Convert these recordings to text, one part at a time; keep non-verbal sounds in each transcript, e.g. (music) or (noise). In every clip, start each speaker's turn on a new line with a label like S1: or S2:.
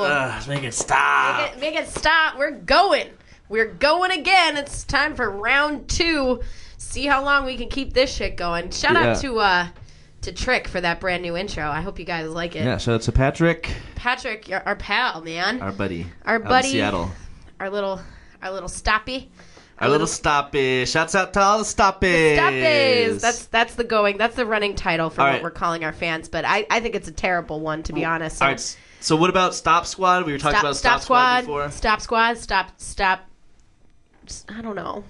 S1: Ah!
S2: Make it
S3: Uh.
S2: stop.
S1: Make it, make it stop. We're going. We're going again. It's time for round two. See how long we can keep this shit going. Shout out
S3: Yeah.
S1: to uh to Trick for that brand new intro. I hope you guys like it.
S3: Yeah, shout out to Patrick,
S1: Patrick, your, our pal, man, our,
S3: our buddy.
S1: Our
S3: out in
S1: buddy.
S3: Seattle.
S1: little our little stoppy.
S3: Our little stoppies. Shouts out to all the stoppies.
S1: Stoppies. That's that's the going. That's the running title for
S3: All
S1: what
S3: right.
S1: we're calling our fans. But I, I think it's a terrible one to be honest. So
S3: All right. s- So what about Stop Squad? We were talking
S1: stop,
S3: about
S1: stop
S3: Stop,
S1: squad.
S3: before.
S1: Stop squad. Stop stop. s- I don't know.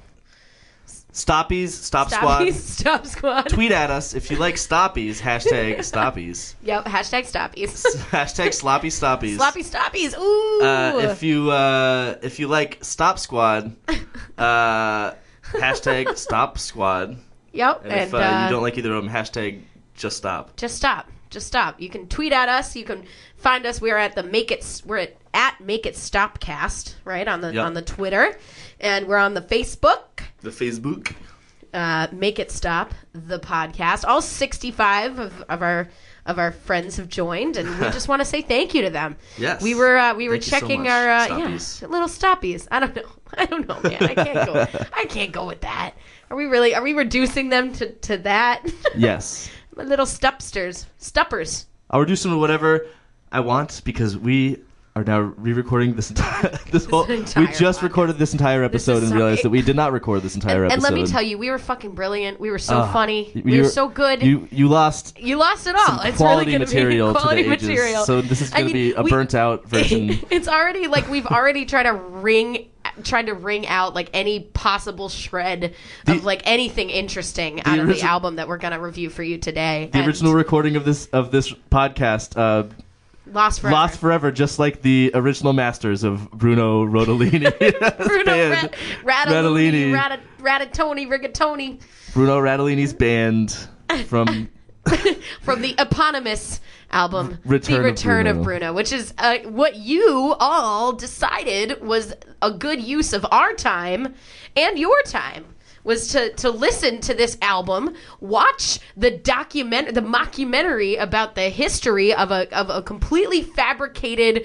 S3: Stoppies. Stop,
S1: Stoppies.
S3: Squad.
S1: Stop squad.
S3: Tweet at us if you like stoppies.
S1: (laughs)
S3: Hashtag stoppies.
S1: Yep. Hashtag
S3: (laughs)
S1: stoppies.
S3: Hashtag sloppy stoppies.
S1: Sloppy stoppies. Ooh.
S3: Uh, if you uh, if you like
S1: (laughs)
S3: Stop Squad, uh, hashtag Stop Squad.
S1: yep.
S3: And, if uh, you don't like either of them, hashtag Just Stop.
S1: just stop just stop you can tweet at us you can find us we're at the make it S- we're at, at make it stop cast right on the
S3: Yep.
S1: on the twitter and we're on the facebook
S3: The Facebook.
S1: uh, make it stop the podcast all 65 of, of our of our friends have joined and
S3: (laughs)
S1: we just want to say thank you to them
S3: Yes.
S1: we were uh, we were
S3: Thank you so
S1: checking
S3: much,
S1: our uh,
S3: stoppies.
S1: yeah little stoppies i don't know (laughs) i don't know man i can't
S3: (laughs)
S1: go i can't go with that are we really are we reducing them to to that (laughs)
S3: Yes.
S1: little stepsters steppers
S3: I'll reduce them to whatever I want because we are now re-recording this entire (laughs) this whole.
S1: entire
S3: we just
S1: podcast.
S3: recorded this entire
S1: This
S3: episode
S1: is
S3: and
S1: so-
S3: realized that we did not record this entire
S1: and,
S3: episode.
S1: And let me tell you, we were fucking brilliant. We were so
S3: Ah,
S1: funny.
S3: you-
S1: we
S3: you
S1: were
S3: were-
S1: so good. You,
S3: you you lost
S1: lost it all.
S3: some
S1: it's really
S3: quality
S1: gonna
S3: material
S1: be quality
S3: to the ages,
S1: material.
S3: so this is
S1: I
S3: going
S1: mean,
S3: to be a
S1: we- (laughs)
S3: burnt out version.
S1: it's already like we've already tried to ring, tried to ring out like any possible shred
S3: The-
S1: of like anything interesting out of the
S3: origi-
S1: album that we're gonna review for you today.
S3: The
S1: And
S3: original recording of this of this podcast uh,
S1: Lost Forever.
S3: lost forever, just like the original masters of Bruno Rodolini.
S1: (laughs) (laughs) Bruno Rat,
S3: band.
S1: Radolini,
S3: Radolini.
S1: Rat, Ratatoni, Rigatoni
S3: Bruno Radolini's band
S1: (laughs)
S3: from
S1: from the eponymous album,
S3: Return
S1: The
S3: of
S1: Return of Bruno,
S3: Bruno.
S1: which is uh, what you all decided was a good use of our time and your time was to, to listen to this album, watch the document the mockumentary about the history of a of a completely fabricated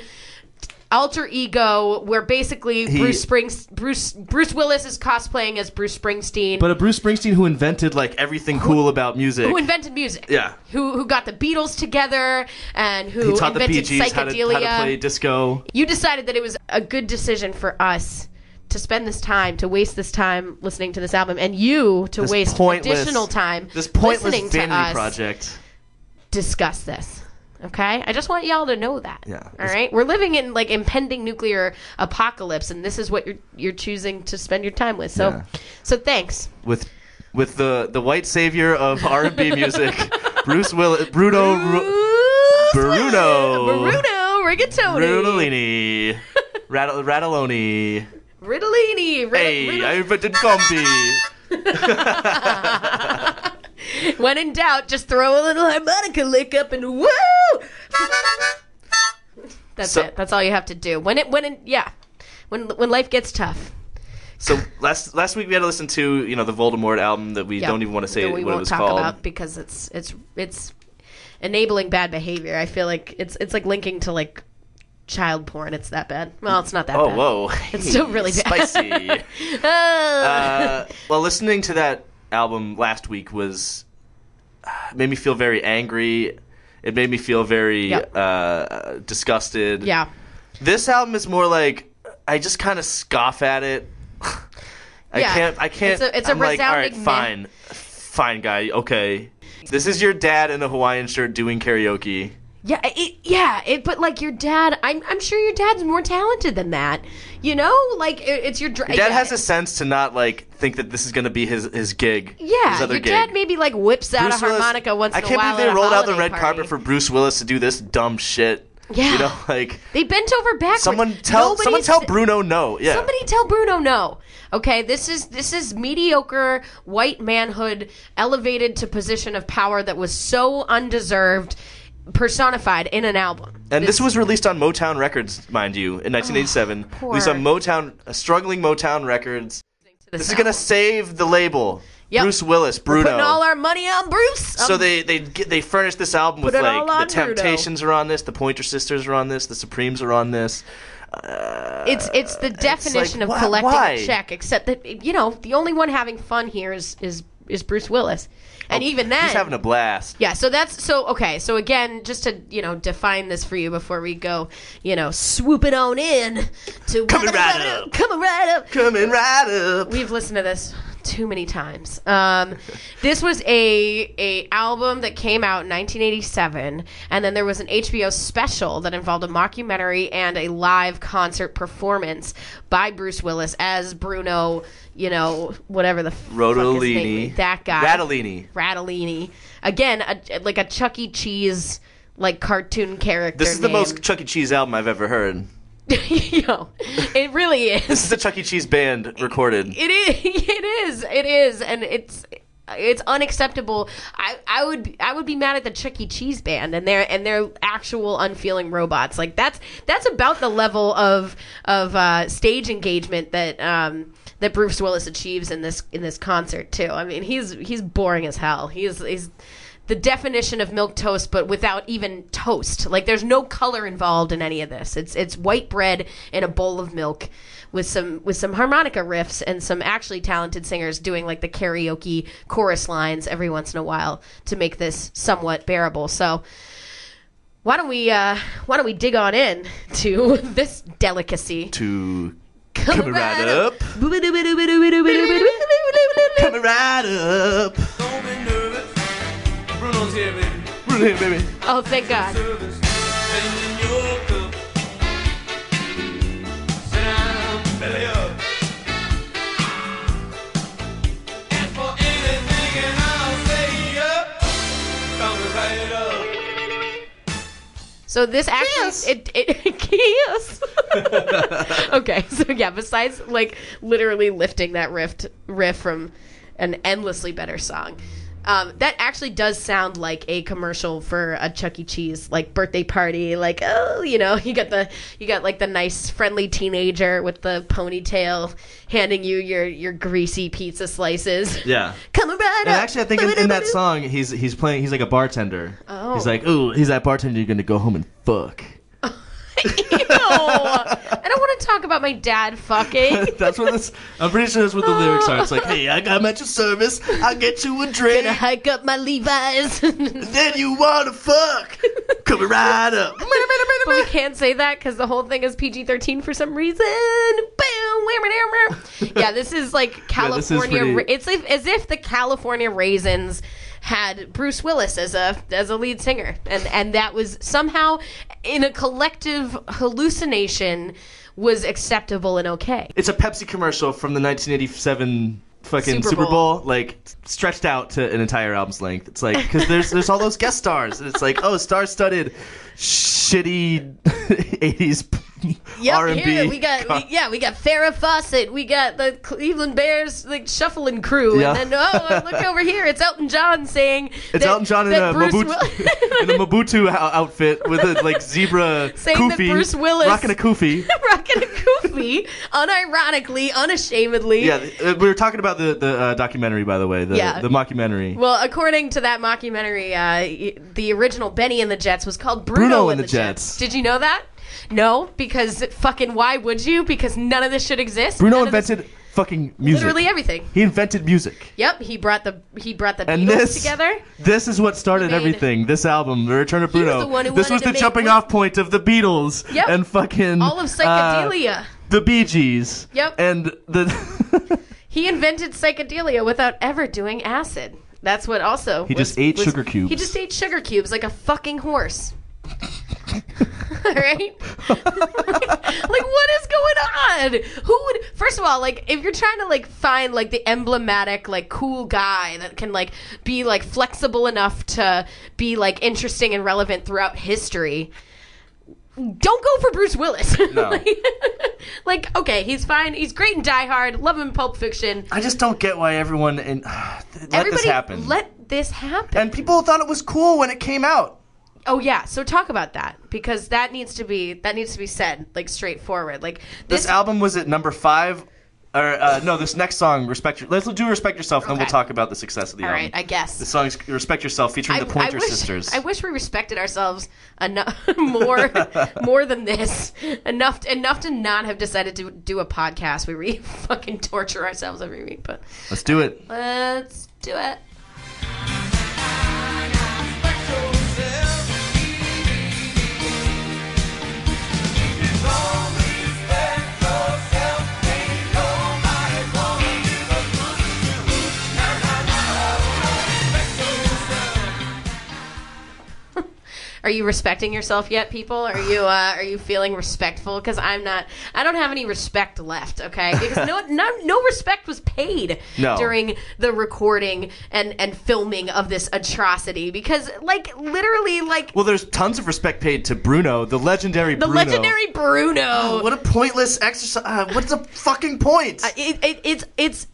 S1: alter ego where basically Bruce Springs Bruce Bruce Willis is cosplaying as Bruce Springsteen
S3: but a Bruce Springsteen who invented like everything cool about music.
S1: who invented music.
S3: Yeah.
S1: Who who got the Beatles together and who
S3: he taught the
S1: invented
S3: PGs how to,
S1: psychedelia.
S3: how to play disco.
S1: You decided that it was a good decision for us to spend this time, to waste this time listening to this album, and you to
S3: This
S1: waste
S3: pointless-
S1: additional time
S3: This pointless
S1: listening
S3: vanity
S1: to us
S3: project.
S1: discuss this. Okay, I just want y'all to know that.
S3: Yeah.
S1: All right, we're living in like impending nuclear apocalypse, and this is what you're you're choosing to spend your time with. So,
S3: Yeah.
S1: so thanks.
S3: with with the the white savior of R and B
S1: (laughs)
S3: music, Bruce Willis, Bruno Ru- Bruno.
S1: Bruno Rigatoni.
S3: Rudolini, Rattle- Rattaloni.
S1: Riddolini. Rid-
S3: Hey, I invented Gumby.
S1: (laughs) when in doubt, just throw a little harmonica lick up and woo. That's
S3: So-
S1: it. That's all you have to do. When it when it yeah, when when life gets tough.
S3: So last last week we had to listen to you know the Voldemort album that we
S1: Yeah.
S3: don't even want to say
S1: That
S3: what
S1: we
S3: it
S1: won't
S3: was
S1: talk
S3: called.
S1: about because it's it's it's enabling bad behavior. I feel like it's it's like linking to like child porn. It's that bad. Well, it's not that
S3: Oh
S1: bad.
S3: whoa,
S1: It's still really bad. (laughs)
S3: spicy.
S1: Ah!
S3: uh, well, listening to that album last week was uh, made me feel very angry. It made me feel very
S1: Yep.
S3: uh, disgusted.
S1: yeah.
S3: This album is more like I just kind of scoff at it. (sighs) I
S1: Yeah.
S3: can't. I can't.
S1: It's a- it's a
S3: I'm like, all right,
S1: resounding meh."
S3: fine, fine, guy. Okay, this is your dad in a Hawaiian shirt doing karaoke.
S1: Yeah, it, yeah, it, but like your dad, I'm, I'm sure your dad's more talented than that. You know, like it, it's your dr-
S3: Dad
S1: yeah,
S3: has a sense to not like think that this is gonna be his his gig.
S1: yeah.
S3: his other
S1: Your
S3: gig.
S1: dad maybe like whips out
S3: Bruce
S1: a
S3: Willis-
S1: harmonica once
S3: I
S1: in a
S3: can't
S1: while.
S3: believe
S1: at
S3: they
S1: a
S3: rolled out the
S1: holiday
S3: red
S1: party.
S3: carpet for Bruce Willis to do this dumb shit.
S1: Yeah.
S3: You know, (laughs) like
S1: They bent over backwards.
S3: someone tell
S1: Nobody
S3: someone tell
S1: s-
S3: Bruno no. Yeah.
S1: Somebody tell Bruno no. Okay, this is this is mediocre white manhood elevated to position of power that was so undeserved, personified in an album.
S3: and this was released on Motown Records, mind you, in 1987.
S1: poor.
S3: released on Motown, uh, struggling Motown Records. This, is gonna
S1: album.
S3: save the label.
S1: Yep.
S3: Bruce Willis, Bruno.
S1: Putting all our money on Bruce.
S3: so
S1: Um,
S3: they they get, they furnished this album with
S1: Put it
S3: like
S1: all on
S3: the
S1: Bruno.
S3: Temptations are on this, the Pointer Sisters are on this, the Supremes are on this. Uh,
S1: it's it's the definition
S3: like,
S1: of
S3: why-
S1: collecting
S3: why?
S1: a check, except that you know the only one having fun here is is is Bruce Willis, and even then
S3: Oh, he's having a blast.
S1: Yeah, so that's so okay. So again, just to you know define this for you before we go, you know, swooping on in to
S3: Coming right up.
S1: coming right up.
S3: Coming right up.
S1: We've listened to this too many times.
S3: (laughs)
S1: Um, this was a a album that came out in 1987, and then there was an HBO special that involved a mockumentary and a live concert performance by Bruce Willis as Bruno, you know, whatever the fuck his name
S3: Rodolini.
S1: is. that guy,
S3: Radolini.
S1: Radolini. Again, a, like a Chuck E. Cheese like cartoon character.
S3: This is the
S1: name. (laughs)
S3: most Chuck E. Cheese album I've ever heard.
S1: Yo, it really is.
S3: This is the Chuck E. Cheese band recorded.
S1: (laughs) It is. It is. It is, and it's it's unacceptable. I, I would I would be mad at the Chuck E. Cheese band and their and their actual unfeeling robots. Like that's that's about the level of of uh, stage engagement that um, that Bruce Willis achieves in this in this concert too. I mean he's he's boring as hell. He's he's the definition of milk toast, but without even toast. Like there's no color involved in any of this. It's it's white bread in a bowl of milk with some with some harmonica riffs and some actually talented singers doing like the karaoke chorus lines every once in a while to make this somewhat bearable. So why don't we uh, why don't we dig on in to (laughs) this delicacy?
S3: To
S1: Coming
S3: Coming right up.
S1: Coming
S3: Coming right up.
S2: Don't be nervous. Bruno's here, baby.
S3: Really, baby.
S1: Oh, thank God.
S2: Service. And in your cup. Sit down, belly up. And for anything, and I'll say up. Coming right up.
S1: So this actually
S3: Kiss.
S1: it it (laughs)
S3: (laughs)
S1: kiss. okay, so yeah, besides like literally lifting that riff riff from an endlessly better song. Um, that actually does sound like a commercial for a Chuck E. Cheese like birthday party, like oh, you know, (laughs) you got the you got like the nice friendly teenager with the ponytail handing you your your greasy pizza slices.
S3: Yeah.
S1: (laughs) Come right
S3: And
S1: up.
S3: actually, I think in, in that song, he's he's playing. He's like a bartender.
S1: Oh.
S3: He's like, ooh, he's that bartender. You're gonna go home and fuck. (laughs)
S1: Ew. I don't want to talk about my dad fucking.
S3: (laughs) that's what this. I'm pretty sure
S1: (laughs)
S3: that's what the lyrics are. It's like, hey, I got at your service. I'll get you a drink.
S1: gonna hike up my Levi's. (laughs) but
S3: Then you
S1: (laughs)
S3: wanna fuck? Coming right up.
S1: we can't say that because the whole thing is PG 13 for some reason. Boom, wham, wham, wham. Yeah, this is like
S3: Yeah, this is
S1: California.
S3: pretty-
S1: Ra- it's like, as if the California Raisins had Bruce Willis as a as a lead singer, and and that was somehow in a collective hallucination was acceptable and okay.
S3: It's a Pepsi commercial from the 1987 fucking
S1: Super
S3: Super, Bowl. like stretched out to an entire album's length. It's like because there's there's all those guest stars, and it's like oh, star-studded, shitty (laughs) 80s
S1: Yep,
S3: R&B.
S1: here we
S3: (laughs)
S1: got
S3: con-
S1: we, yeah, we got Farrah Fawcett, we got the Cleveland Bears like shuffling crew,
S3: Yeah.
S1: and then oh and look over here, it's Elton John saying
S3: It's Elton John in a Mobutu, (laughs)
S1: (laughs)
S3: in a Mobutu ou- outfit with a like zebra
S1: Saying that
S3: kufi,
S1: Bruce Willis-
S3: rocking
S1: (laughs)
S3: a kufi.
S1: rocking a goofy, unironically, unashamedly.
S3: Yeah, th- uh, we were talking about the the uh, documentary, by the way, the
S1: Yeah.
S3: the mockumentary.
S1: Well, according to that mockumentary, uh, y- the original Benny and the Jets was called Bruno,
S3: Bruno
S1: and the, Jets. Did you know that? No, because fucking why would you? Because none of this should exist.
S3: Bruno
S1: None of this-
S3: invented fucking music.
S1: literally everything.
S3: He invented music.
S1: Yep, he brought the he brought the
S3: And
S1: Beatles
S3: this
S1: together.
S3: this is what started
S1: He made-
S3: everything. This album, The Return of
S1: was
S3: Bruno.
S1: the one who
S3: this
S1: wanted
S3: was
S1: to
S3: the
S1: make
S3: jumping
S1: Bruno-
S3: off point of the Beatles
S1: Yep.
S3: and fucking
S1: All of
S3: uh,
S1: psychedelia.
S3: the Bee Gees.
S1: Yep.
S3: And the (laughs)
S1: He invented psychedelia without ever doing acid. That's what also.
S3: He just ate sugar cubes.
S1: He just ate sugar cubes like a fucking horse. (laughs) All right? (laughs) (laughs) like what is going on? Who would first of all, like if you're trying to like find like the emblematic, like cool guy that can like be like flexible enough to be like interesting and relevant throughout history, don't go for Bruce Willis. (laughs)
S3: No.
S1: like, like, okay, he's fine, he's great in Die Hard, love him in Pulp Fiction.
S3: I just don't get why everyone and (sighs) let
S1: Everybody
S3: this happen.
S1: let this happen.
S3: and people thought it was cool when it came out.
S1: Oh yeah, so talk about that because that needs to be that needs to be said like straightforward. Like
S3: This
S1: this,
S3: album was at number five Or uh, no, this next song, respect. Your, let's do respect yourself, and then we'll
S1: Okay.
S3: talk about the success of the
S1: All
S3: album.
S1: right, I guess.
S3: the song's "Respect Yourself" featuring the Pointer
S1: wish,
S3: Sisters.
S1: I wish we respected ourselves enough (laughs) more more than this enough enough to not have decided to do a podcast where we (laughs) fucking torture ourselves every week. But
S3: Let's do it.
S1: let's do it. Are you respecting yourself yet, people? Are you uh, are you feeling respectful? Because I'm not. I don't have any respect left. Okay,
S3: (laughs)
S1: because no no, no respect was paid
S3: No.
S1: during the recording and and filming of this atrocity. Because like literally, like
S3: Well, there's tons of respect paid to Bruno, the legendary
S1: the
S3: Bruno.
S1: legendary Bruno.
S3: (laughs) What a pointless exercise. Uh, what's the fucking point?
S1: it, it, it's it's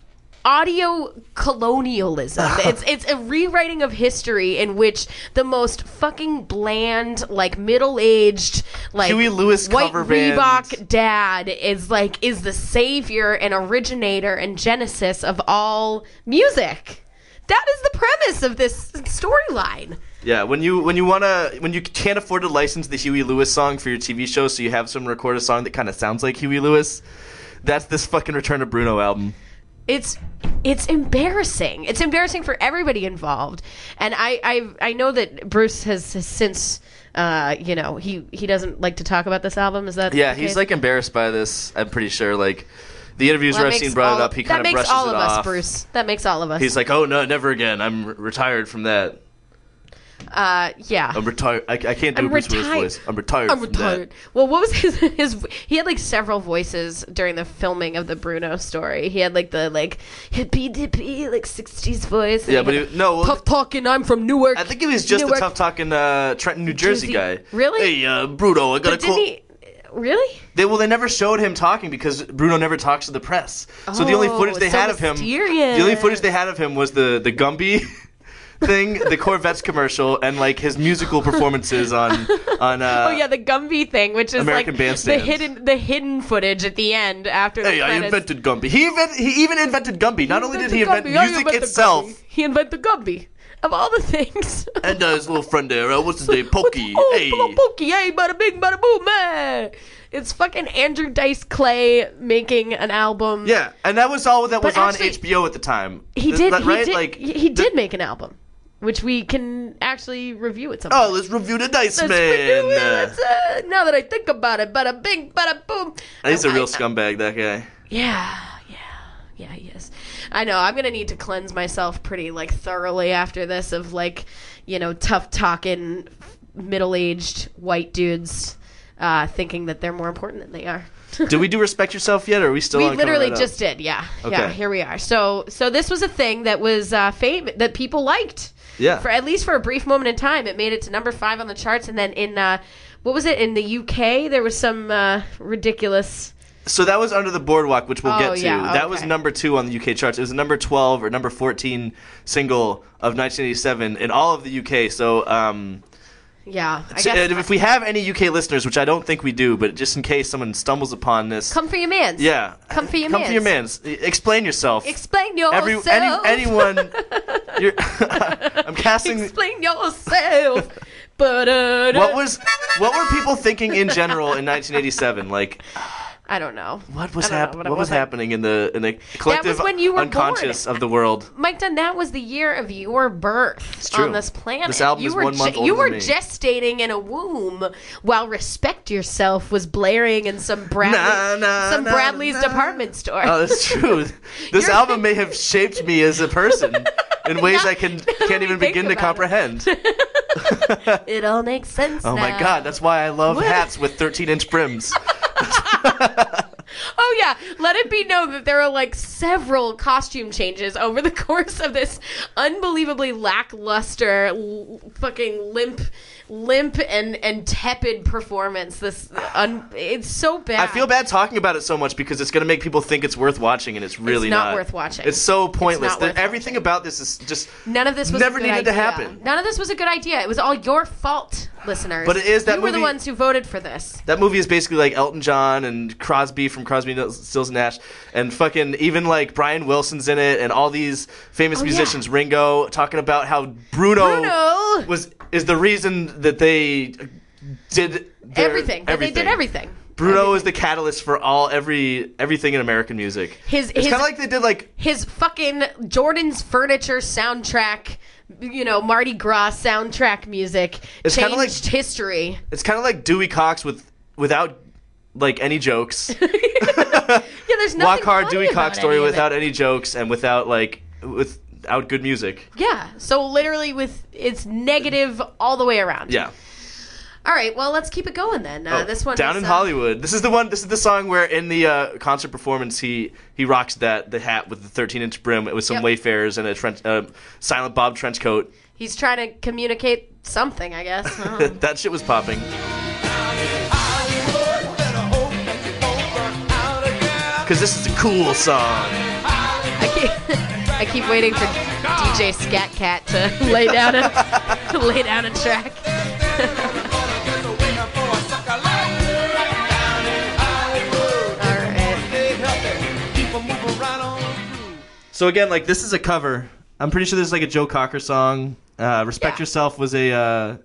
S1: audio colonialism.
S3: (laughs)
S1: it's it's a rewriting of history in which the most fucking bland, like middle aged, like
S3: Huey Lewis
S1: white
S3: cover band.
S1: Reebok dad is like is the savior and originator and genesis of all music. That is the premise of this storyline.
S3: yeah, when you when you wanna when you can't afford to license the Huey Lewis song for your TV show, so you have someone record a song that kind of sounds like Huey Lewis. That's this fucking Return of Bruno album.
S1: it's it's embarrassing. It's embarrassing for everybody involved. And I I, I know that Bruce has, has since uh, you know he he doesn't like to talk about this album. Is that
S3: Yeah,
S1: the
S3: he's
S1: case?
S3: like embarrassed by this. I'm pretty sure. Like the interviews
S1: Well, that
S3: where I've
S1: makes
S3: seen brought
S1: all-
S3: it up, he kind
S1: that
S3: of
S1: makes
S3: brushes
S1: all
S3: it
S1: of us,
S3: off.
S1: Bruce. That makes all of us.
S3: He's like, oh no, never again. I'm re- retired from that.
S1: uh, yeah.
S3: I'm retired. I, I can't do
S1: I'm
S3: a Bruce Willis
S1: retired-
S3: voice. I'm retired.
S1: I'm
S3: from
S1: retired. Well, what was (laughs) his his? He had like several voices during the filming of the Bruno story. He had like the like hippy dippy like '60s voice. and
S3: Yeah, but
S1: had
S3: he- no, well,
S1: tough talking. I'm from Newark.
S3: That. I think he was just a
S1: Newark.
S3: tough talking uh, Trenton, New Jersey,
S1: Jersey-
S3: guy.
S1: Really?
S3: Hey, uh, Bruno, I got a
S1: But
S3: call.
S1: didn't he? Really?
S3: They well, they never showed him talking because Bruno never talks to the press. So the only
S1: Oh,
S3: footage they
S1: so
S3: had of him, the only
S1: mysterious.
S3: footage they had of him was the the Gumby (laughs) thing, the Corvettes commercial, and like his musical performances
S1: (laughs)
S3: on on. Uh,
S1: Oh yeah, the Gumby thing, which is
S3: American
S1: like
S3: Bandstand.
S1: the hidden the hidden footage at the end after the
S3: Hey, I
S1: credits.
S3: invented Gumby. He, invent, he even invented Gumby. Not only did he invent
S1: Gumby. I
S3: music
S1: invented
S3: itself,
S1: Gumby. He invented Gumby. Of all the things.
S3: and uh, his little friend there, uh,
S1: (laughs)
S3: what's his name, Pokey.
S1: Oh,
S3: hey,
S1: little Pokey, hey, bada bing, bada boom, hey. It's fucking Andrew Dice Clay making an album.
S3: yeah, and that was all that was
S1: actually-
S3: on HBO at the time.
S1: he
S3: Is
S1: did.
S3: that
S1: he
S3: right?
S1: did.
S3: like
S1: he he
S3: the-
S1: did make an album, which we can actually review at some.
S3: Oh,
S1: point.
S3: let's review the Dice
S1: Let's
S3: Man.
S1: review it.
S3: Uh,
S1: Let's, uh, now that I think about it, bada bing, bada boom.
S3: he's a
S1: I-
S3: real
S1: I-
S3: scumbag, that guy.
S1: Yeah, yeah, yeah, yes. I know. I'm gonna need to cleanse myself pretty like thoroughly after this of like, you know, tough talking, middle aged white dudes uh, thinking that they're more important than they are. (laughs)
S3: Did we do respect yourself yet? Or are we still?
S1: we
S3: on Coming
S1: literally
S3: Right Up?
S1: just did. Yeah, yeah.
S3: Okay.
S1: Here we are. So, so this was a thing that was uh, fame that people liked.
S3: Yeah.
S1: For at least for a brief moment in time, it made it to number five on the charts, and then in uh, what was it in the UK? There was some uh, ridiculous.
S3: So that was under the boardwalk, which we'll
S1: Oh,
S3: get to.
S1: yeah,
S3: That was
S1: okay.
S3: number two on the UK charts. It was the number twelve or number fourteen single of 1987 in all of the UK. So, um,
S1: Yeah, I
S3: so, uh,
S1: guess.
S3: if we have any UK listeners, which I don't think we do, but just in case someone stumbles upon this,
S1: Come for your man's.
S3: yeah,
S1: Come for your
S3: come for your
S1: mans.
S3: man's. E- Explain yourself.
S1: Explain yourself.
S3: Every, any,
S1: (laughs)
S3: anyone, you're, (laughs) I'm casting.
S1: Explain yourself. (laughs) Ba-da-da.
S3: What was what were people thinking in general in 1987? Like
S1: I don't know.
S3: what was
S1: I don't know
S3: hap-
S1: what
S3: what,
S1: it
S3: was
S1: was like.
S3: happening in the in the collective
S1: when you were
S3: unconscious
S1: born.
S3: of the world?
S1: Mike Dunn, that was the year of your birth
S3: true.
S1: on this planet.
S3: This album
S1: you
S3: is
S1: were
S3: one month
S1: You
S3: older
S1: were
S3: than me.
S1: gestating in a womb while "Respect Yourself" was blaring in some Bradley,
S3: Na, na,
S1: some
S3: na,
S1: Bradley's
S3: na.
S1: department store.
S3: Oh,
S1: (laughs)
S3: that's true. This
S1: You're-
S3: album may have shaped me as a person
S1: (laughs)
S3: in ways I can
S1: that
S3: can't
S1: we
S3: even
S1: think
S3: begin to
S1: about it.
S3: comprehend.
S1: it all makes sense.
S3: Oh my
S1: now.
S3: god, that's why I love
S1: What?
S3: hats with 13-inch brims.
S1: Oh yeah, let it be known that there are like several costume changes over the (laughs) course of this unbelievably lackluster, l- fucking limp, limp and and tepid performance. This un- it's so bad.
S3: I feel bad talking about it so much because it's going to make people think it's worth watching, and it's really
S1: not worth watching.
S3: It's so pointless.
S1: not worth
S3: The- everything
S1: watching.
S3: about this is just
S1: None of this was
S3: never
S1: a good
S3: needed
S1: idea.
S3: to happen.
S1: None of this was a good idea. It was all your fault, listeners.
S3: But it is that
S1: you were the
S3: movie-
S1: ones who voted for this.
S3: That movie is basically like Elton John and Crosby from Crosby, Nils- Stills, Nash, and fucking even like Brian Wilson's in it, and all these famous
S1: Oh, yeah.
S3: musicians, Ringo, talking about how Bruno,
S1: Bruno
S3: was is the reason that they did their-
S1: everything. That They did everything.
S3: Bruno
S1: Everything.
S3: is the catalyst for all every everything in American music.
S1: His-
S3: it's
S1: his-
S3: kind of like they did like
S1: his fucking Jordan's furniture soundtrack, you know, Mardi Gras soundtrack music
S3: It's kinda
S1: changed
S3: like- (laughs)
S1: history.
S3: it's kind of like Dewey Cox with without like any
S1: (laughs)
S3: jokes.
S1: Yeah, there's nothing
S3: Walk hard
S1: funny
S3: Dewey
S1: about
S3: Cox story
S1: any of it.
S3: without any jokes and without like without good music.
S1: Yeah. So literally with it's negative all the way around.
S3: Yeah.
S1: All right, well, let's keep it going then. Uh,
S3: Oh,
S1: this one
S3: down
S1: is,
S3: in
S1: uh,
S3: Hollywood. This is the one. This is the song where in the uh, concert performance he he rocks that the hat with the 13 inch brim with some
S1: Yep.
S3: Wayfarers and a trench, uh, Silent Bob trench coat.
S1: He's trying to communicate something, I
S3: (laughs)
S1: guess. I don't know.
S3: that shit was popping. Cause this is a cool song.
S1: I keep, I keep waiting for DJ Scat Cat to (laughs) lay down a (laughs) lay down a track. All right.
S3: So again, like this is a cover. I'm pretty sure this is like a Joe Cocker song. Uh, Respect
S1: Yeah.
S3: Yourself was a.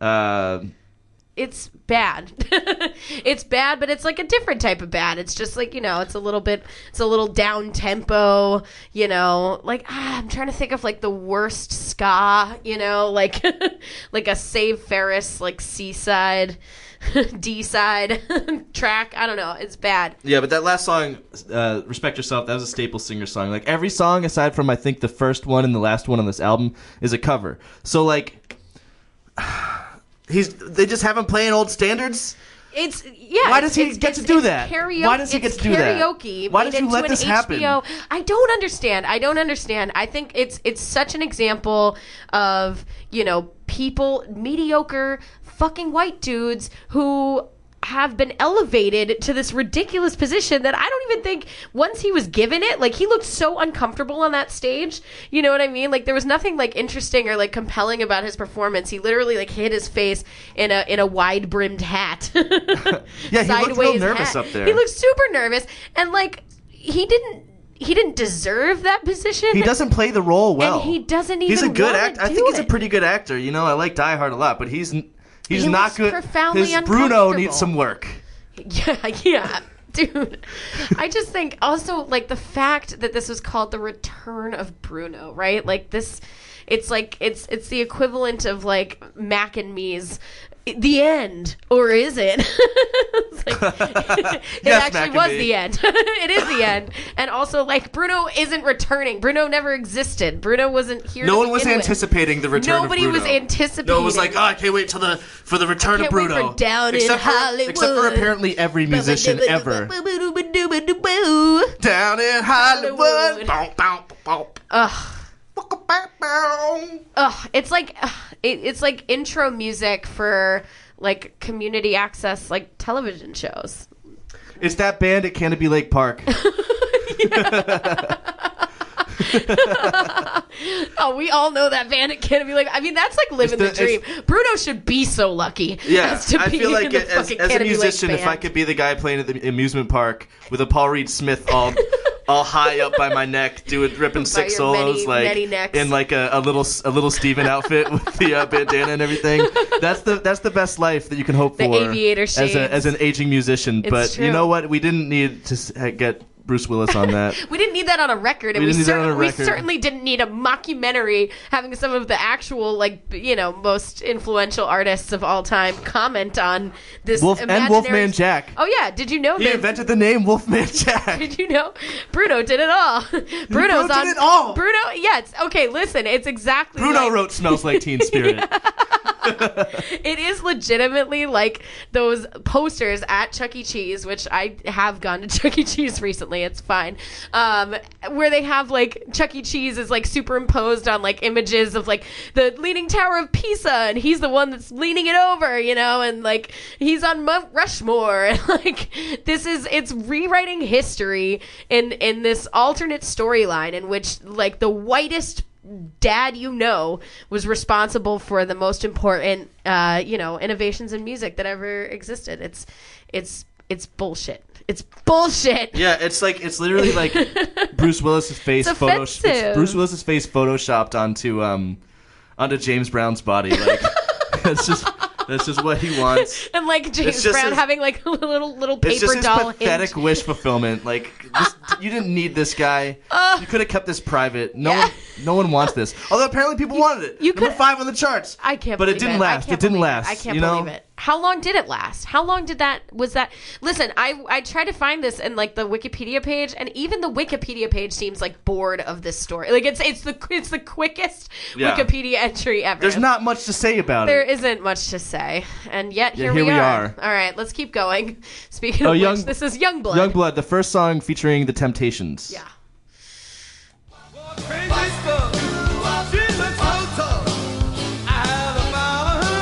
S3: Uh, uh,
S1: It's bad. (laughs) it's bad, but it's like a different type of bad. It's just like, you know, it's a little bit it's a little down tempo, you know, like ah, I'm trying to think of like the worst ska, you know, like (laughs) like a Save Ferris like (laughs) seaside D side (laughs) track. I don't know. It's bad.
S3: yeah, but that last song, uh, Respect Yourself, that was a staple singer song. Like every song aside from I think the first one and the last one on this album is a cover. So like, (sighs) he's they just have him playing old standards.
S1: It's yeah.
S3: Why
S1: it's-
S3: does he
S1: it's-
S3: get to
S1: it's-
S3: do
S1: it's
S3: that?
S1: Karaoke,
S3: Why does he
S1: it's
S3: get to do that?
S1: Karaoke.
S3: Why
S1: made
S3: did you
S1: into
S3: let
S1: an
S3: this happen?
S1: HBO. I don't understand. I don't understand. I think it's it's such an example of you know people mediocre fucking white dudes who have been elevated to this ridiculous position that I don't even think once he was given it like he looked so uncomfortable on that stage you know what I mean like there was nothing like interesting or like compelling about his performance he literally like hid his face in a in a wide brimmed
S3: (laughs)
S1: hat (laughs)
S3: Yeah, he looked real
S1: sideways
S3: nervous
S1: hat.
S3: up there.
S1: He looked super nervous, and like he didn't he didn't deserve that position.
S3: He doesn't play the role well.
S1: he doesn't
S3: He's a
S1: even
S3: good
S1: wanna
S3: actor. I
S1: do
S3: think he's a
S1: it.
S3: pretty good actor. You know, I like Die Hard a lot, but he's n- he's
S1: He
S3: not
S1: was
S3: good.
S1: profoundly
S3: His Bruno
S1: uncomfortable.
S3: needs some work.
S1: Yeah, (laughs) yeah. Dude, I just think also like the fact that this was called the return of Bruno, right? Like this it's like it's it's the equivalent of like Mac and Me's the end or is it? (laughs) It's
S3: (laughs)
S1: like- it
S3: Yes, Mac
S1: actually
S3: and
S1: was
S3: Me.
S1: the end. (laughs) it is the end. And also like Bruno isn't returning. Bruno never existed. Bruno wasn't here. to
S3: No one was
S1: begin with.
S3: anticipating the return of
S1: Nobody
S3: Bruno.
S1: was anticipating.
S3: No one was like, oh, I can't wait till the for the return
S1: I
S3: of
S1: can't wait
S3: Bruno.
S1: for Down in
S3: except, for,
S1: Hollywood.
S3: except for apparently every musician ever. Down in
S1: Hollywood.
S3: Hollywood. Bow, bow, bow,
S1: (laughs) Ugh.
S3: bow, bow, bow.
S1: Ugh, it's like ugh, it, it's like intro music for like community access like television shows.
S3: It's that band at Canopy
S1: (laughs)
S3: Lake Park.
S1: Oh, we all know that band at Canopy Lake. I mean, that's like living
S3: the-
S1: the, dream. Bruno should be so lucky.
S3: Yeah,
S1: as to
S3: I
S1: be
S3: feel
S1: in
S3: like
S1: the
S3: it, as,
S1: fucking
S3: as a
S1: Canopy Lake
S3: musician, if I
S1: band.
S3: could be the guy playing at the amusement park with a Paul Reed Smith
S1: (laughs)
S3: all all high up by my neck, doing ripping six
S1: your many,
S3: solos like
S1: many necks.
S3: in like a, a little a little Steven outfit with the uh, bandana
S1: (laughs)
S3: and everything. That's the that's the best life that you can hope
S1: The
S3: for
S1: aviator
S3: as a, as an aging musician. but you
S1: true.
S3: know what? We didn't need to s- get Bruce Willis on that.
S1: we didn't need that on a record, and
S3: We
S1: we,
S3: didn't need that on
S1: cer-
S3: a
S1: we
S3: record.
S1: certainly didn't need a mockumentary having some of the actual, like you know, most influential artists of all time comment on this.
S3: Wolf and
S1: imaginary-
S3: Wolfman Jack.
S1: Oh yeah, did you know
S3: He
S1: that-
S3: invented the
S1: (laughs)
S3: name Wolfman Jack.
S1: Did you know Bruno did it all? (laughs) Bruno's
S3: Bruno did
S1: on
S3: it all.
S1: Bruno, yeah. It's, okay, listen, it's exactly
S3: Bruno
S1: like-
S3: wrote "Smells Like
S1: (laughs)
S3: Teen Spirit."
S1: It is legitimately like those posters at Chuck E. Cheese, which I have gone to (laughs) Chuck E. Cheese recently. It's fine, um, where they have like Chuck E. Cheese is like superimposed on like images of like the Leaning Tower of Pisa, and he's the one that's leaning it over, you know, and like he's on Mount Rushmore, (laughs) and like this is it's rewriting history in in this alternate storyline in which like the whitest dad you know was responsible for the most important, uh, you know, innovations in music that ever existed. It's, it's, it's bullshit. It's bullshit.
S3: Yeah, it's like it's
S1: (laughs)
S3: literally like Bruce Willis's face
S1: It's
S3: photo-
S1: offensive.
S3: Bruce Willis's face photoshopped onto um onto James Brown's body.
S1: (laughs)
S3: Like that's just that's just what he wants.
S1: (laughs) And like James
S3: just
S1: Brown
S3: his-
S1: having like (laughs) a little little paper
S3: It's just his
S1: doll.
S3: pathetic wish fulfillment. Like this, you didn't need this guy. you could have kept this private. No
S1: Yeah.
S3: one, no one wants this. Although apparently people wanted it.
S1: you
S3: Number
S1: could-
S3: five on the charts.
S1: I can't.
S3: But it
S1: believe
S3: didn't
S1: I
S3: last.
S1: can't
S3: It didn't
S1: believe
S3: last,
S1: I can't
S3: you know?
S1: believe it. How long did it last? How long did that was that? Listen, I I tried to find this in like the Wikipedia page, and even the Wikipedia page seems like bored of this story. Like it's it's the it's the quickest
S3: Yeah.
S1: Wikipedia entry ever.
S3: There's not much to say about
S1: There
S3: it.
S1: isn't much to say, and yet here,
S3: Yeah, here we are.
S1: All right, let's keep going. (laughs) Speaking
S3: Oh,
S1: of
S3: Young-
S1: which, this is Youngblood.
S3: Youngblood, the first song featuring the Temptations.
S1: Yeah.
S2: Crazy stuff. She looks so tough. I had to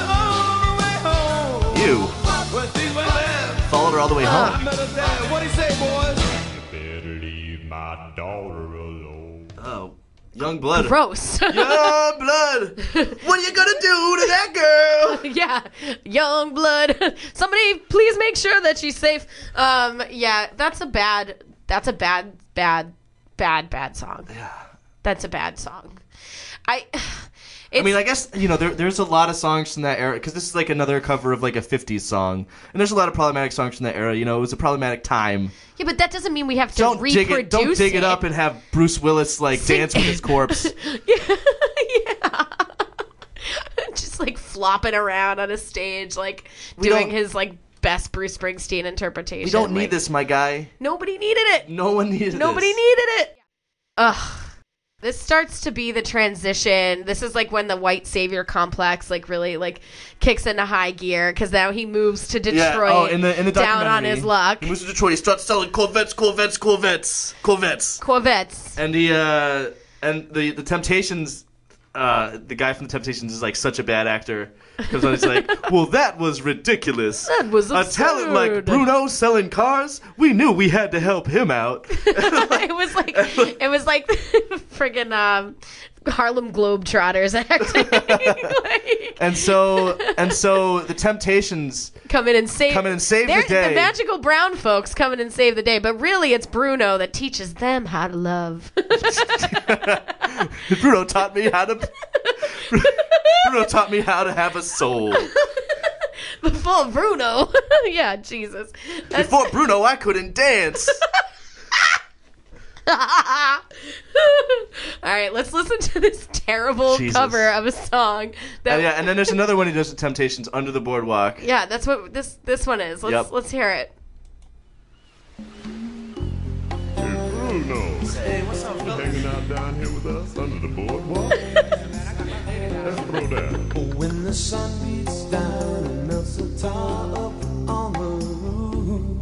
S2: follow her all the way home.
S3: You
S2: But she went there.
S3: followed her all the way
S2: I
S1: Ah.
S3: home.
S2: met her there. What'd he say, boys?
S4: Better leave my daughter alone.
S3: Oh, Youngblood.
S1: Gross. (laughs)
S3: Youngblood. what are you gonna do to that girl?
S1: (laughs) yeah, young blood. (laughs) Somebody, please make sure that she's safe. Um, yeah, that's a bad. That's a bad, bad, bad, bad song. Yeah, that's a bad song. I. (sighs) It's,
S3: I mean, I guess you know there, there's a lot of songs from that era because this is like another cover of like a '50s song, and there's a lot of problematic songs from that era. You know, it was a problematic time.
S1: yeah, but that doesn't mean we have to
S3: Don't
S1: reproduce
S3: dig it. Don't dig it up and have Bruce Willis
S1: (laughs)
S3: like
S1: Sing-
S3: dance with his
S1: (laughs)
S3: corpse.
S1: yeah. (laughs) Just like flopping around on a stage, like doing
S3: don't-
S1: his like best Bruce Springsteen interpretation.
S3: You don't
S1: Like,
S3: need this, my guy.
S1: Nobody needed it.
S3: No one needed
S1: Nobody
S3: this.
S1: needed it. Ugh. This starts to be the transition. This is like when the white savior complex like really like kicks into high gear because now he moves to Detroit
S3: Yeah. Oh, in the in the
S1: down on
S3: documentary,
S1: his luck.
S3: He moves to Detroit. He starts selling Corvettes, Corvettes, Corvettes, Corvettes.
S1: Corvettes.
S3: And the uh, and the the Temptations, uh, the guy from the Temptations is like such a bad actor. Comes on, he's
S1: (laughs)
S3: like, "Well, that was ridiculous.
S1: That was
S3: a talent like
S1: absurd."
S3: Bruno selling cars. We knew we had to help him out."
S1: (laughs) it was like it was like (laughs) friggin' um, Harlem Globetrotters (laughs) acting. like,
S3: And so and so the Temptations. (laughs)
S1: come in and save
S3: Come in and save the
S1: They're-
S3: day.
S1: The magical brown folks come in and save the day, but really it's Bruno that teaches them how to love. (laughs)
S3: Bruno taught me how to. Bruno taught me how to have a soul.
S1: Before Bruno. (laughs) yeah, Jesus. That's- (laughs)
S3: Before Bruno, I couldn't dance.
S1: All right, let's listen to this terrible
S3: Jesus.
S1: cover of a song. That,
S3: And Uh, yeah, and then there's another one he does with Temptations under the boardwalk.
S1: Yeah, (laughs) that's what this this one is. Let's
S3: Yep.
S1: let's hear it.
S4: Bruno,
S2: Hey, what's up, fellas?
S4: hanging out down here with us under the boardwalk. Let's throw down.
S5: When the sun beats down and melts the tar up on the roof,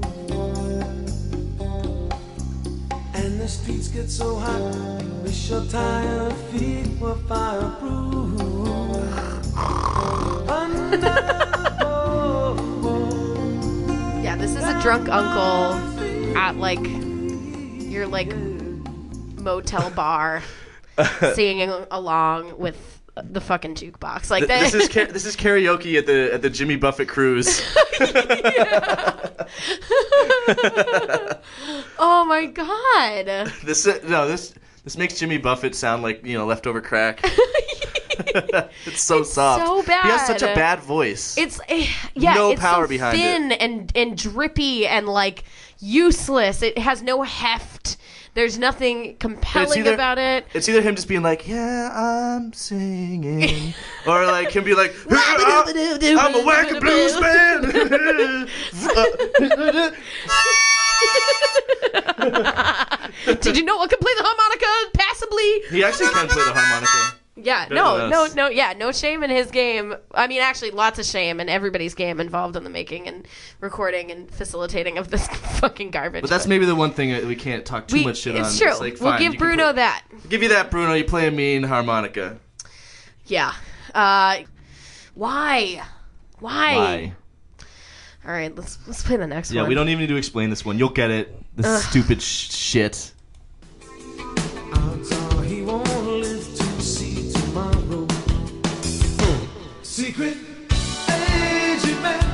S5: and the streets get so hot, wish your tired feet were fireproof. Under the boardwalk,
S1: Yeah, this is a drunk uncle at like your like motel bar
S3: Uh,
S1: singing along with the fucking jukebox. Like that.
S3: Th- (laughs) this is ka-
S1: (laughs)
S3: this is karaoke at the at the Jimmy Buffett cruise.
S1: oh my god.
S3: (laughs) This uh, no this this makes Jimmy Buffett sound like you know
S1: (laughs)
S3: leftover crack. (laughs) it's so soft.
S1: so
S3: He has such a
S1: bad.
S3: bad voice.
S1: It's eh, yeah,
S3: No
S1: it's
S3: power
S1: so
S3: behind it.
S1: thin and and drippy and like useless. It has no heft. There's nothing compelling
S3: either-
S1: about it.
S3: It's either him just being like, "Yeah,
S1: (laughs)
S3: I'm singing," or like him be like, "I'm a wacky blues
S1: (laughs)
S3: (laughs) man."
S1: Did you know I could play the harmonica passably?
S3: he actually can play the harmonica.
S1: Yeah,
S3: than
S1: no, no,
S3: us.
S1: no, yeah, no shame in his game. I mean, actually, lots of shame in everybody's game involved in the making and recording and facilitating of this (laughs) fucking garbage.
S3: But that's maybe the one thing that we can't talk too
S1: We-
S3: much shit on.
S1: it's true.
S3: like,
S1: we'll
S3: fine,
S1: give
S3: you can
S1: Bruno
S3: play-
S1: that.
S3: Give you that, Bruno. You play a mean harmonica.
S1: Yeah. Uh, why? Why? All right, let's let's play the next
S3: Yeah,
S1: one.
S3: we don't even need to explain this one. You'll get it. This stupid sh- shit.
S5: odds are he won't live to see. secret agent man.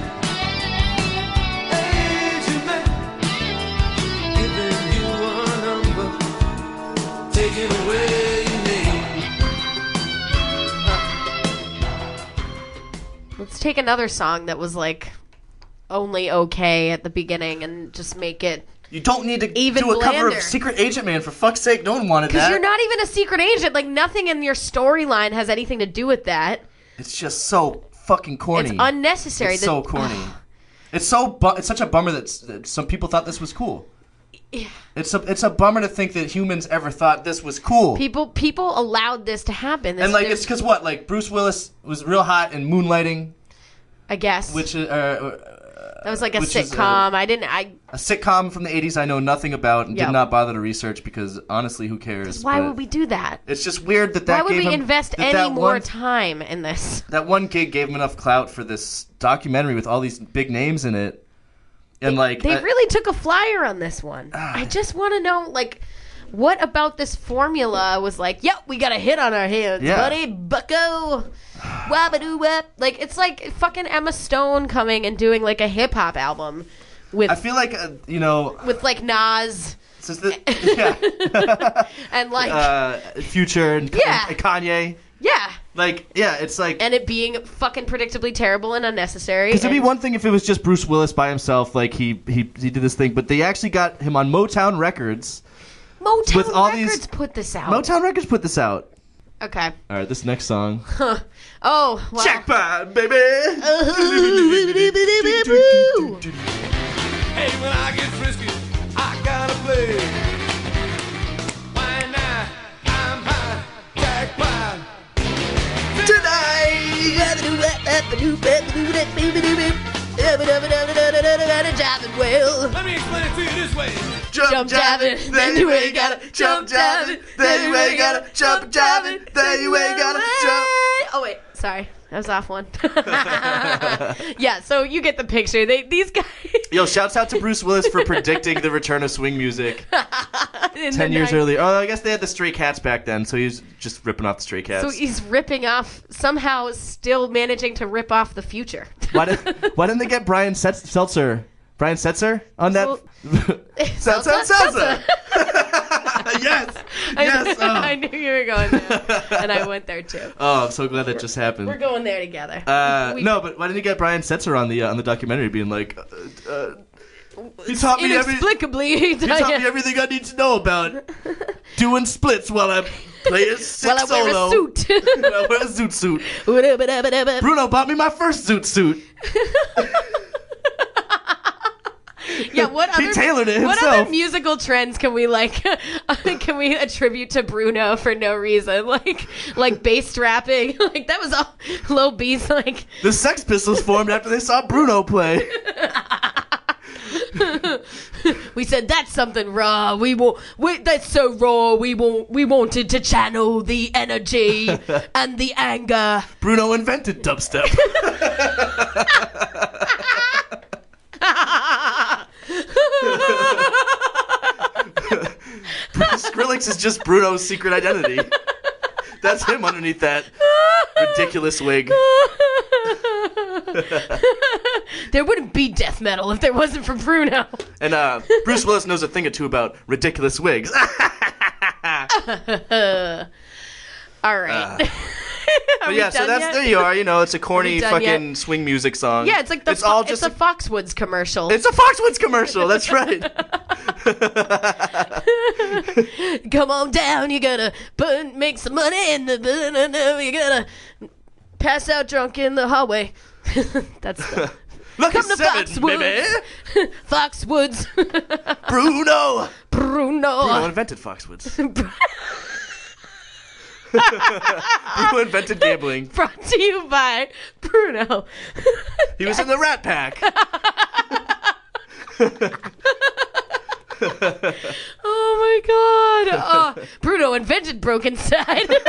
S5: Agent man. Giving you a number, taking away your name.
S1: Let's take another song that was like only okay at the beginning and just make it
S3: You don't need to
S1: Even
S3: do a cover
S1: blander.
S3: of Secret Agent Man for fuck's sake. No one wanted
S1: because
S3: that.
S1: you're not even a secret agent. Like nothing in your storyline has anything to do with that.
S3: It's just so fucking corny.
S1: It's unnecessary.
S3: It's
S1: The-
S3: so corny. it's so bu- it's such a bummer that, s- that some people thought this was cool.
S1: Yeah.
S3: It's a it's a bummer to think that humans ever thought this was
S1: (sighs)
S3: cool.
S1: People people allowed this to happen. This,
S3: and like
S1: there's-
S3: it's because what like Bruce Willis was real hot in Moonlighting,
S1: I guess
S3: which uh, uh,
S1: that was like a
S3: which is, uh,
S1: sitcom. I didn't. I
S3: a sitcom from the '80s I know nothing about and
S1: Yeah.
S3: did not bother to research because honestly, who cares?
S1: why
S3: but
S1: would we do that?
S3: It's just weird that that.
S1: Why would
S3: gave
S1: we
S3: him-
S1: invest
S3: that
S1: any
S3: that
S1: more
S3: one-
S1: time in this?
S3: that one gig gave him enough clout for this documentary with all these big names in it, and like
S1: They
S3: I-
S1: really took a flyer on this one.
S3: Ah.
S1: I just want to know, like, what about this formula was like, yep, we got a hit on our hands,
S3: Yeah.
S1: buddy, bucko. Wabadoo wap. Like, it's like fucking Emma Stone coming and doing, like, a hip hop album with,
S3: I feel like uh, you know,
S1: with like, Nas
S3: it's just the, (laughs) yeah,
S1: and, like,
S3: uh, Future and,
S1: Yeah.
S3: and Kanye.
S1: yeah.
S3: Like yeah, it's like
S1: And it being fucking predictably terrible and unnecessary.
S3: Because it'd be
S1: and-
S3: one thing if it was just Bruce Willis by himself, like he he he did this thing, but they actually got him on Motown Records.
S1: Motown
S3: with all these-
S1: Records put this out.
S3: Motown Records put this out.
S1: okay.
S3: All right, this
S1: (laughs)
S3: next song.
S1: Oh, well. (laughs)
S3: (laughs) Jackpot, baby.
S2: Hey, when I get frisky, I gotta play. Why not? I'm high, jackpot.
S1: Well,
S2: Let me explain it to you this way.
S1: Jump jiving, then you ain't gotta jump jiving, then you ain't gotta jump jiving, then you ain't gotta jump. Oh wait, sorry, I was off
S3: (laughs)
S1: one. (laughs) yeah, so you get the picture. They these guys
S3: (laughs) Yo, shouts out to Bruce Willis for predicting the return of swing music
S1: (laughs) in
S3: ten
S1: the
S3: years
S1: 90s.
S3: earlier. Oh, I guess they had the Stray Cats back then, so he's just ripping off the Stray
S1: So
S3: Cats.
S1: he's ripping off somehow, still managing to rip off the future.
S3: why did Why didn't they get Brian Setz- Seltzer? Brian Setzer on that. (laughs)
S1: Well-
S3: Seltzer, Seltzer. yes, yes.
S1: (laughs)
S3: oh.
S1: I knew (laughs) you were going
S3: (laughs)
S1: there, and I went there too.
S3: Oh, I'm so glad that just
S1: We're
S3: happened.
S1: going there together.
S3: Uh,
S1: we-
S3: no, but why didn't you get Brian Setzer on the uh, on the documentary, being like, uh, uh, he taught me every, he
S1: Inexplicably, (laughs) he
S3: taught me everything I need to know about doing splits while I play
S1: (laughs)
S3: a sick
S1: Well, I wear
S3: solo.
S1: a
S3: (laughs)
S1: suit. (laughs)
S3: While I wear a zoot suit. Bruno bought me my first zoot suit.
S1: yeah, what other
S3: He tailored it
S1: what
S3: himself.
S1: other musical trends can we like (laughs) can we attribute to Bruno for no reason? (laughs) Like like bass rapping, (laughs) like that was all low beats. Like
S3: the Sex Pistols formed after they saw
S1: (laughs)
S3: Bruno play.
S1: we said, that's something raw. We will. We, that's so raw. We won't. We wanted to channel the
S3: (laughs)
S1: energy and the anger. (laughs)
S3: Bruno invented dubstep. (laughs) Skrillex is just Bruno's secret identity. That's him underneath that ridiculous wig.
S1: (laughs) there wouldn't be death metal if there wasn't for Bruno.
S3: And uh, Bruce Willis knows a thing or two about ridiculous wigs. (laughs)
S1: All right. Are
S3: but
S1: we
S3: yeah, so
S1: done
S3: that's
S1: yet?
S3: there you are. You know, it's a corny
S1: done
S3: fucking swing music song.
S1: Yeah, it's like the
S3: it's all just
S1: it's a,
S3: a,
S1: Foxwoods commercial.
S3: it's a Foxwoods commercial. That's
S1: (laughs)
S3: right.
S1: Come on down, you gotta burn, make some money in the you gotta pass out drunk in the hallway. (laughs) that's (laughs) the
S3: Look at
S1: Come to
S3: seven,
S1: Foxwoods.
S3: baby.
S1: Foxwoods. (laughs)
S3: (laughs)
S1: Uh.
S3: Bruno. Bruno
S1: Bruno.
S3: invented Foxwoods. Bruno invented gambling.
S1: (laughs) Brought to you by Bruno. (laughs)
S3: He was in the Rat Pack.
S1: oh my (laughs) god. Oh, Bruno invented Broken Side. (laughs)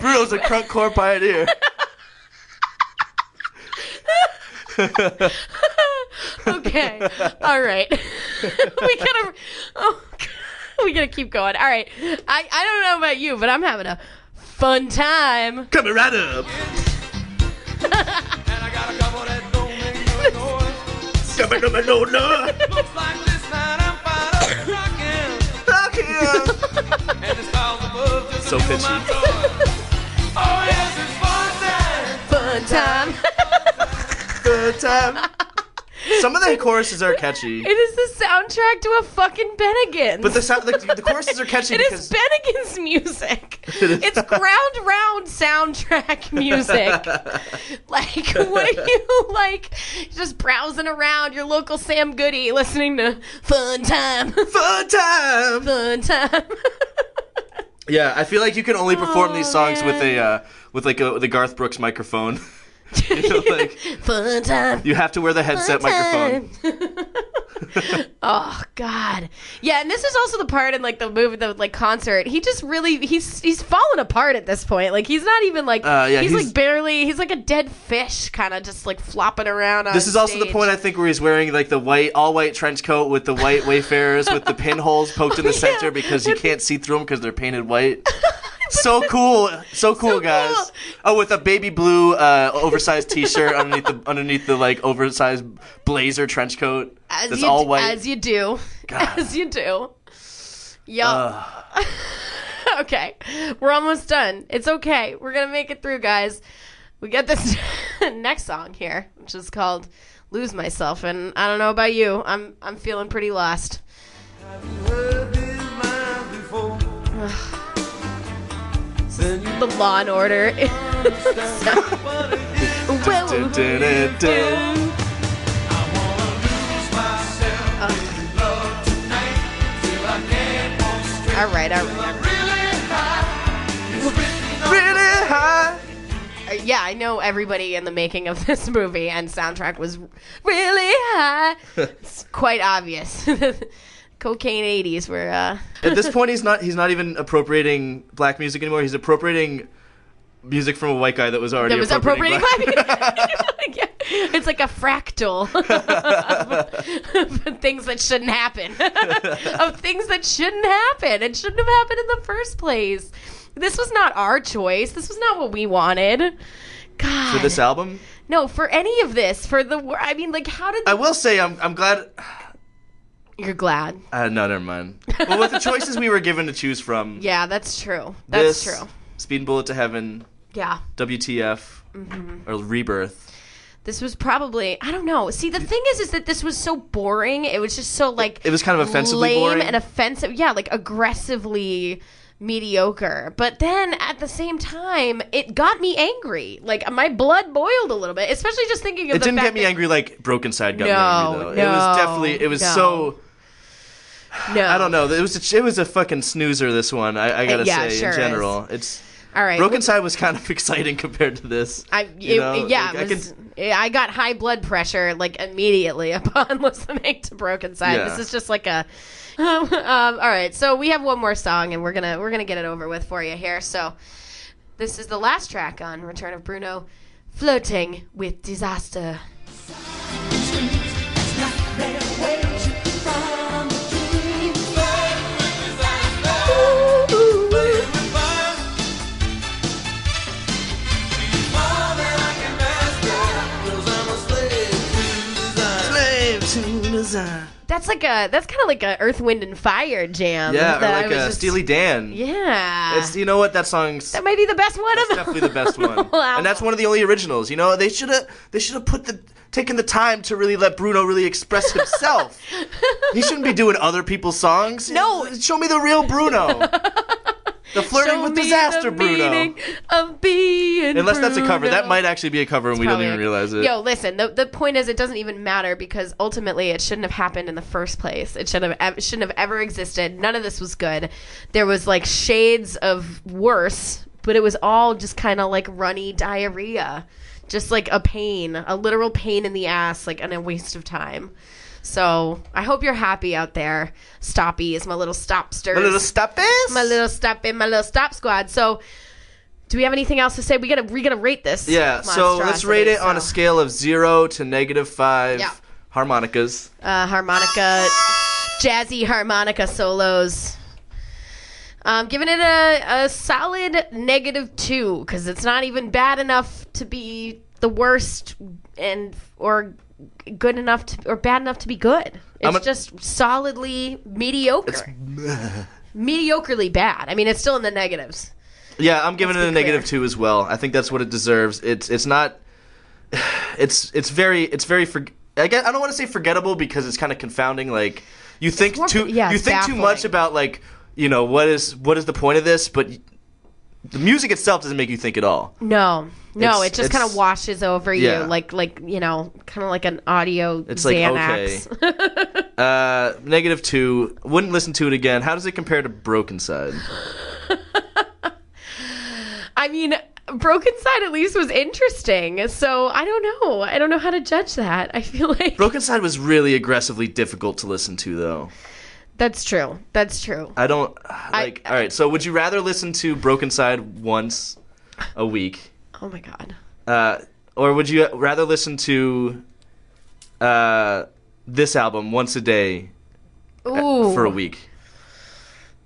S3: Bruno's a crunk core pioneer.
S1: okay. All right. (laughs) we gotta. Oh, (laughs) we gotta keep going. All right. I I don't know about you, but I'm having a fun time. (laughs)
S3: Coming right up.
S2: Looks like this night I'm fired up and rocking, and the stars above just
S6: So
S2: fuel my
S6: pitchy.
S2: joy. Oh yes, it's fun time.
S1: Fun time. (laughs)
S3: Good time. Some of the choruses are catchy,
S1: It is the soundtrack to a fucking Bennigan's.
S3: but the, sound, the
S1: (laughs)
S3: the choruses are catchy
S1: it
S3: because
S1: is Bennigan's music.
S3: (laughs) is.
S1: It's ground round
S3: (laughs)
S1: soundtrack music. like what are you (laughs) like just browsing around your local Sam Goody listening to Fun Time, (laughs)
S3: fun time.
S1: Fun Time. (laughs)
S3: Yeah, I feel like you can only perform
S1: Oh,
S3: these songs with
S1: man.
S3: a uh, with like a, the Garth Brooks microphone. (laughs)
S1: (laughs)
S3: you know, like
S1: Fun time.
S3: you have to wear the headset microphone.
S1: (laughs) oh God, yeah, and this is also the part in like the movie, the like concert. He just really he's he's fallen apart at this point. Like he's not even like
S3: Uh, yeah,
S1: he's,
S3: he's-
S1: like barely he's like a dead fish, kind of just like flopping around. On
S3: This is also the
S1: stage.
S3: point I think where he's wearing like the white, all white trench coat with the white Wayfarers with the pinholes poked in
S1: (laughs)
S3: the
S1: Yeah.
S3: center because you can't see through them because they're
S1: (laughs)
S3: painted white. So cool, so cool,
S1: cool.
S3: guys! Oh, with a baby blue uh, oversized T-shirt underneath the underneath the like oversized blazer trench coat
S1: as
S3: that's
S1: you,
S3: all
S1: d-
S3: white.
S1: as you do, (laughs)
S3: God.
S1: as you do. Yup. (laughs)
S3: Ugh.
S1: okay, we're almost done. It's okay. We're gonna make it through, guys. We got this (laughs) next song here, which is called "Lose Myself," and I don't know about you, I'm I'm feeling pretty lost.
S5: Heard this line
S2: (sighs)
S5: before. Then you
S1: The Law and Order. (laughs)
S5: what it is.
S3: Dun, dun, dun, dun.
S2: I wanna lose myself
S6: Uh.
S2: in love tonight till I can't walk straight.
S1: all right, all right.
S2: I'm really high. It's written on
S1: (laughs)
S3: Really high.
S1: Uh, Yeah, I know everybody in the making of (laughs) this movie and soundtrack was really high. it's quite obvious. (laughs) Cocaine 80s were uh,
S3: At this point, he's not he's not even appropriating black music anymore. He's appropriating music from a white guy that was already
S1: that was appropriating
S3: appropriating
S1: my
S3: (laughs)
S1: yeah. It's (laughs) like a fractal of, of things that shouldn't happen, (laughs) of things that shouldn't happen. It shouldn't have happened in the first place. This was not our choice. This was not what we wanted. God,
S3: for this album.
S1: no, for any of this, for the wor- I mean, like, how did
S3: I will say I'm I'm glad.
S1: you're glad?
S3: Uh, no, never mind.
S1: (laughs)
S3: Well, with the choices we were given to choose from,
S1: Yeah, that's true. That's
S3: this,
S1: true.
S3: Speed and Bullet to Heaven,
S1: Yeah.
S3: WTF,
S1: Mm-hmm.
S3: or Rebirth.
S1: This was probably I don't know. See, the thing is, is that this was so boring. It was just so like
S3: It was kind of offensively
S1: lame
S3: boring.
S1: and offensive. Yeah, like aggressively mediocre. But then at the same time, it got me angry. Like my blood boiled a little bit, especially just thinking of
S3: It
S1: the
S3: didn't
S1: fact
S3: get me
S1: that-
S3: angry like Broken Side got me
S1: No,
S3: angry though. it was
S1: no,
S3: definitely it was
S1: no.
S3: so
S1: No,
S3: I don't know. It was a, it was a fucking snoozer. This one I, I gotta
S1: Yeah, it
S3: say
S1: sure
S3: in general, it's
S1: All right,
S3: Broken Side was kind of (laughs) exciting compared to this.
S1: I
S3: you
S1: it-
S3: know,
S1: yeah,
S3: like,
S1: it
S3: I
S1: was- I got high blood pressure like immediately (laughs) upon listening to Broken Side.
S3: Yeah.
S1: This is just like a. (laughs) um, all right, so we have one more song, and we're gonna we're gonna get it over with for you here. So, this is the last track on Return of Bruno, "Floating with Disaster." That's like a that's kind of like a Earth, Wind, and Fire jam.
S3: Yeah, or
S1: that I
S3: like
S1: was
S3: a
S1: just-
S3: Steely Dan.
S1: Yeah,
S3: It's you know what that song's
S1: that might be the best one of them.
S3: definitely
S1: (laughs)
S3: the best one, and that's one of the only originals. You know they should have they should have put the taken the time to really let Bruno really express
S1: (laughs)
S3: himself. he shouldn't be doing other people's songs.
S1: No.
S3: show me the real
S1: (laughs)
S3: Bruno. The flirting
S1: Show
S3: with
S1: me
S3: disaster,
S1: the
S3: Bruno.
S1: meaning Of being
S3: Unless that's a cover, that
S1: Bruno.
S3: might actually be a cover, and we don't
S1: Probably
S3: even
S1: like-
S3: realize it.
S1: Yo, listen. The, the point is, it doesn't even matter because ultimately, it shouldn't have happened in the first place. It should have ev- shouldn't have ever existed. None of this was good. There was like shades of worse, but it was all just kind of like runny diarrhea, just like a pain, a literal pain in the ass, like and a waste of time. So I hope you're happy out there. Stoppy is my little stopster.
S3: My little step is.
S1: my little stop in my little stop squad. So. Do we have anything else to say? We gotta we gotta rate this.
S3: Yeah, so let's rate
S1: monstrosity,
S3: it on a
S1: so.
S3: scale of zero to negative five
S1: Yeah.
S3: harmonicas.
S1: uh, harmonica, jazzy harmonica solos. Um, giving it a, a solid negative two because it's not even bad enough to be the worst and or g- good enough to or bad enough to be good. It's
S3: I'm a-
S1: just solidly mediocre.
S3: (laughs)
S1: Mediocrely bad. I mean, it's still in the negatives.
S3: Yeah, I'm giving
S1: Let's
S3: it a
S1: be clear.
S3: negative two as well. I think that's what it deserves. It's it's not. (sighs) It's it's very it's very for, I guess, I don't want to say forgettable because it's kind of confounding. Like you think
S1: more-
S3: too
S1: yeah,
S3: you
S1: it's
S3: think too much
S1: baffling.
S3: about like you know what is what is the point of this, but y- the music itself doesn't make you think at all.
S1: No, no,
S3: It's-
S1: it just
S3: it's-
S1: kind of washes over
S3: Yeah.
S1: you, like like you know, kind of like an audio
S3: It's like,
S1: Xanax.
S3: Uh, negative two. Wouldn't listen to it again. How does it compare to Broken Side?
S1: (laughs) I mean, Broken Side at least was interesting, so I don't know. I don't know how to judge that. I feel like
S3: Broken Side was really aggressively difficult to listen to, though.
S1: (laughs) that's true. That's true.
S3: I don't like. all right, so would you rather listen to Broken Side once a week,
S1: Oh my god.
S3: uh, or would you rather listen to uh, this album once a day
S1: Ooh.
S3: Uh, for a week?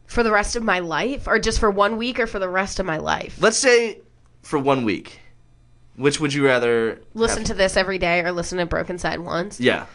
S1: For the rest of my life, or just for one week, or for the rest of my life.
S3: Let's say for one week. Which would you rather
S1: listen
S3: have-
S1: to this every day, or listen to Broken Side once.
S3: Yeah,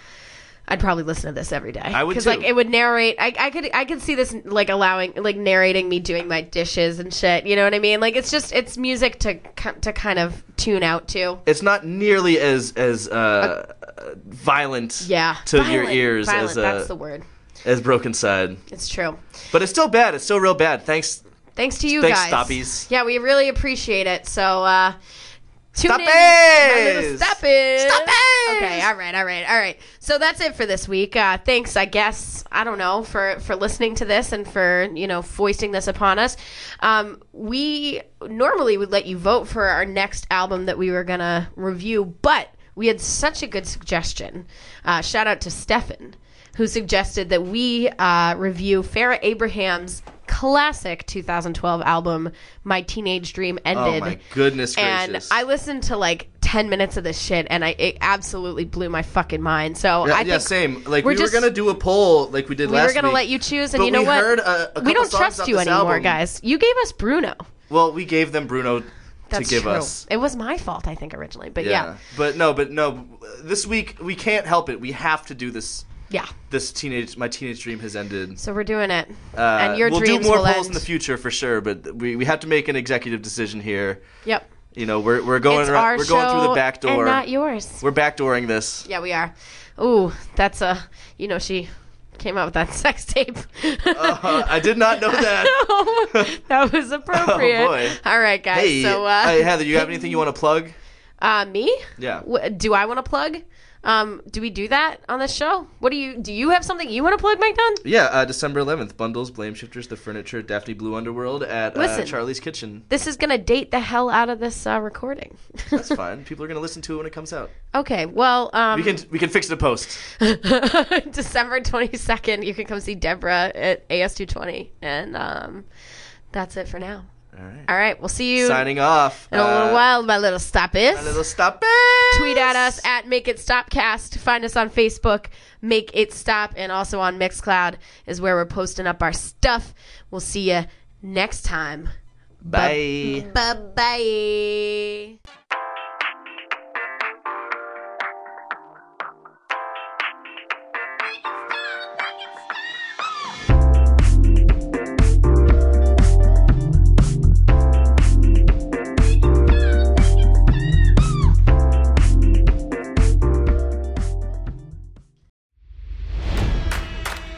S1: I'd probably listen to this every day.
S3: I would
S1: because
S3: too.
S1: like it would narrate. I, I could I could see this like allowing like narrating me doing my dishes and shit. You know what I mean? Like it's just it's music to ki- to kind of tune out to.
S3: it's not nearly as as uh, uh, violent.
S1: Yeah,
S3: to your
S1: Violent.
S3: ears
S1: Violent,
S3: as
S1: that's
S3: uh,
S1: the word.
S3: as Broken Side,
S1: It's true.
S3: but it's still bad. It's still real bad. Thanks,
S1: Thanks to you
S3: Thanks,
S1: guys.
S3: Stoppies.
S1: Yeah, we really appreciate it. So uh tune in. My little
S3: Stoppies!
S1: Stoppies.
S3: Stoppies!
S1: Okay, all right, all right, all right. So that's it for this week. Uh thanks, I guess, I don't know, for for listening to this and for, you know, foisting this upon us. Um we normally would let you vote for our next album that we were going to review, but we had such a good suggestion. Uh, shout out to Stefan, who suggested that we uh, review Farrah Abraham's classic 2012 album, My Teenage Dream
S3: Oh
S1: Ended.
S3: my goodness gracious!
S1: and I listened to like 10 minutes of this shit, and I, it absolutely blew my fucking mind. So
S3: Yeah,
S1: I
S3: yeah,
S1: think
S3: same. Like
S1: we're
S3: we
S1: just-
S3: were gonna do a poll, like we did
S1: we
S3: last
S1: were going to
S3: week.
S1: let you choose, and
S3: But
S1: you know
S3: we
S1: what?
S3: heard a- a
S1: we
S3: couple
S1: don't
S3: songs
S1: trust
S3: off
S1: you
S3: this
S1: anymore,
S3: album.
S1: guys. You gave us Bruno.
S3: Well, we gave them Bruno to
S1: That's
S3: give
S1: true.
S3: us.
S1: It was my fault, I think, originally. But
S3: Yeah.
S1: yeah.
S3: but no, but no. This week we can't help it. We have to do this.
S1: Yeah.
S3: This teenage, my teenage dream has ended.
S1: So we're doing it.
S3: Uh,
S1: and your
S3: we'll
S1: dreams
S3: do more
S1: will end.
S3: polls in the future for sure, but we, we have to make an executive decision here.
S1: Yep.
S3: You know, we're we're going
S1: it's
S3: around,
S1: our
S3: we're going through
S1: show
S3: the back door.
S1: and not yours.
S3: We're backdooring this.
S1: (laughs)
S3: (laughs)
S1: Yeah, we are. Ooh, that's a you know she came out with that (laughs) sex tape.
S3: Uh, I did not know that.
S1: (laughs) that was appropriate.
S3: Oh, boy.
S1: All right, guys.
S3: hey,
S1: so uh,
S3: hey, Heather, you have anything you want to plug?
S1: (laughs) uh, me?
S3: Yeah.
S1: Wh- do I want to plug? Um, do we do that on this show? What do you do? You have something you want to plug, Mike Dunn?
S3: Yeah, uh, December 11th. Bundles, Blame Shifters, The Furniture, Daphne Blue Underworld at uh,
S1: Listen.
S3: Charlie's Kitchen.
S1: This is gonna date the hell out of this uh, recording.
S3: That's fine. People are gonna listen to it when it comes out.
S1: (laughs) okay. Well, um,
S3: We can we can fix the post.
S1: (laughs) December 22nd, you can come see Deborah at AS220. And um, that's it for now.
S3: All right.
S1: All right, we'll see you
S3: Signing off.
S1: in a little
S3: Uh,
S1: while, my little stop
S3: a little
S1: is.
S3: stop
S1: Tweet at us at Make It Stopcast. Find us on Facebook, Make It Stop, and also on Mixcloud is where we're posting up our stuff. We'll see you next time.
S3: Bye.
S1: Bye bye.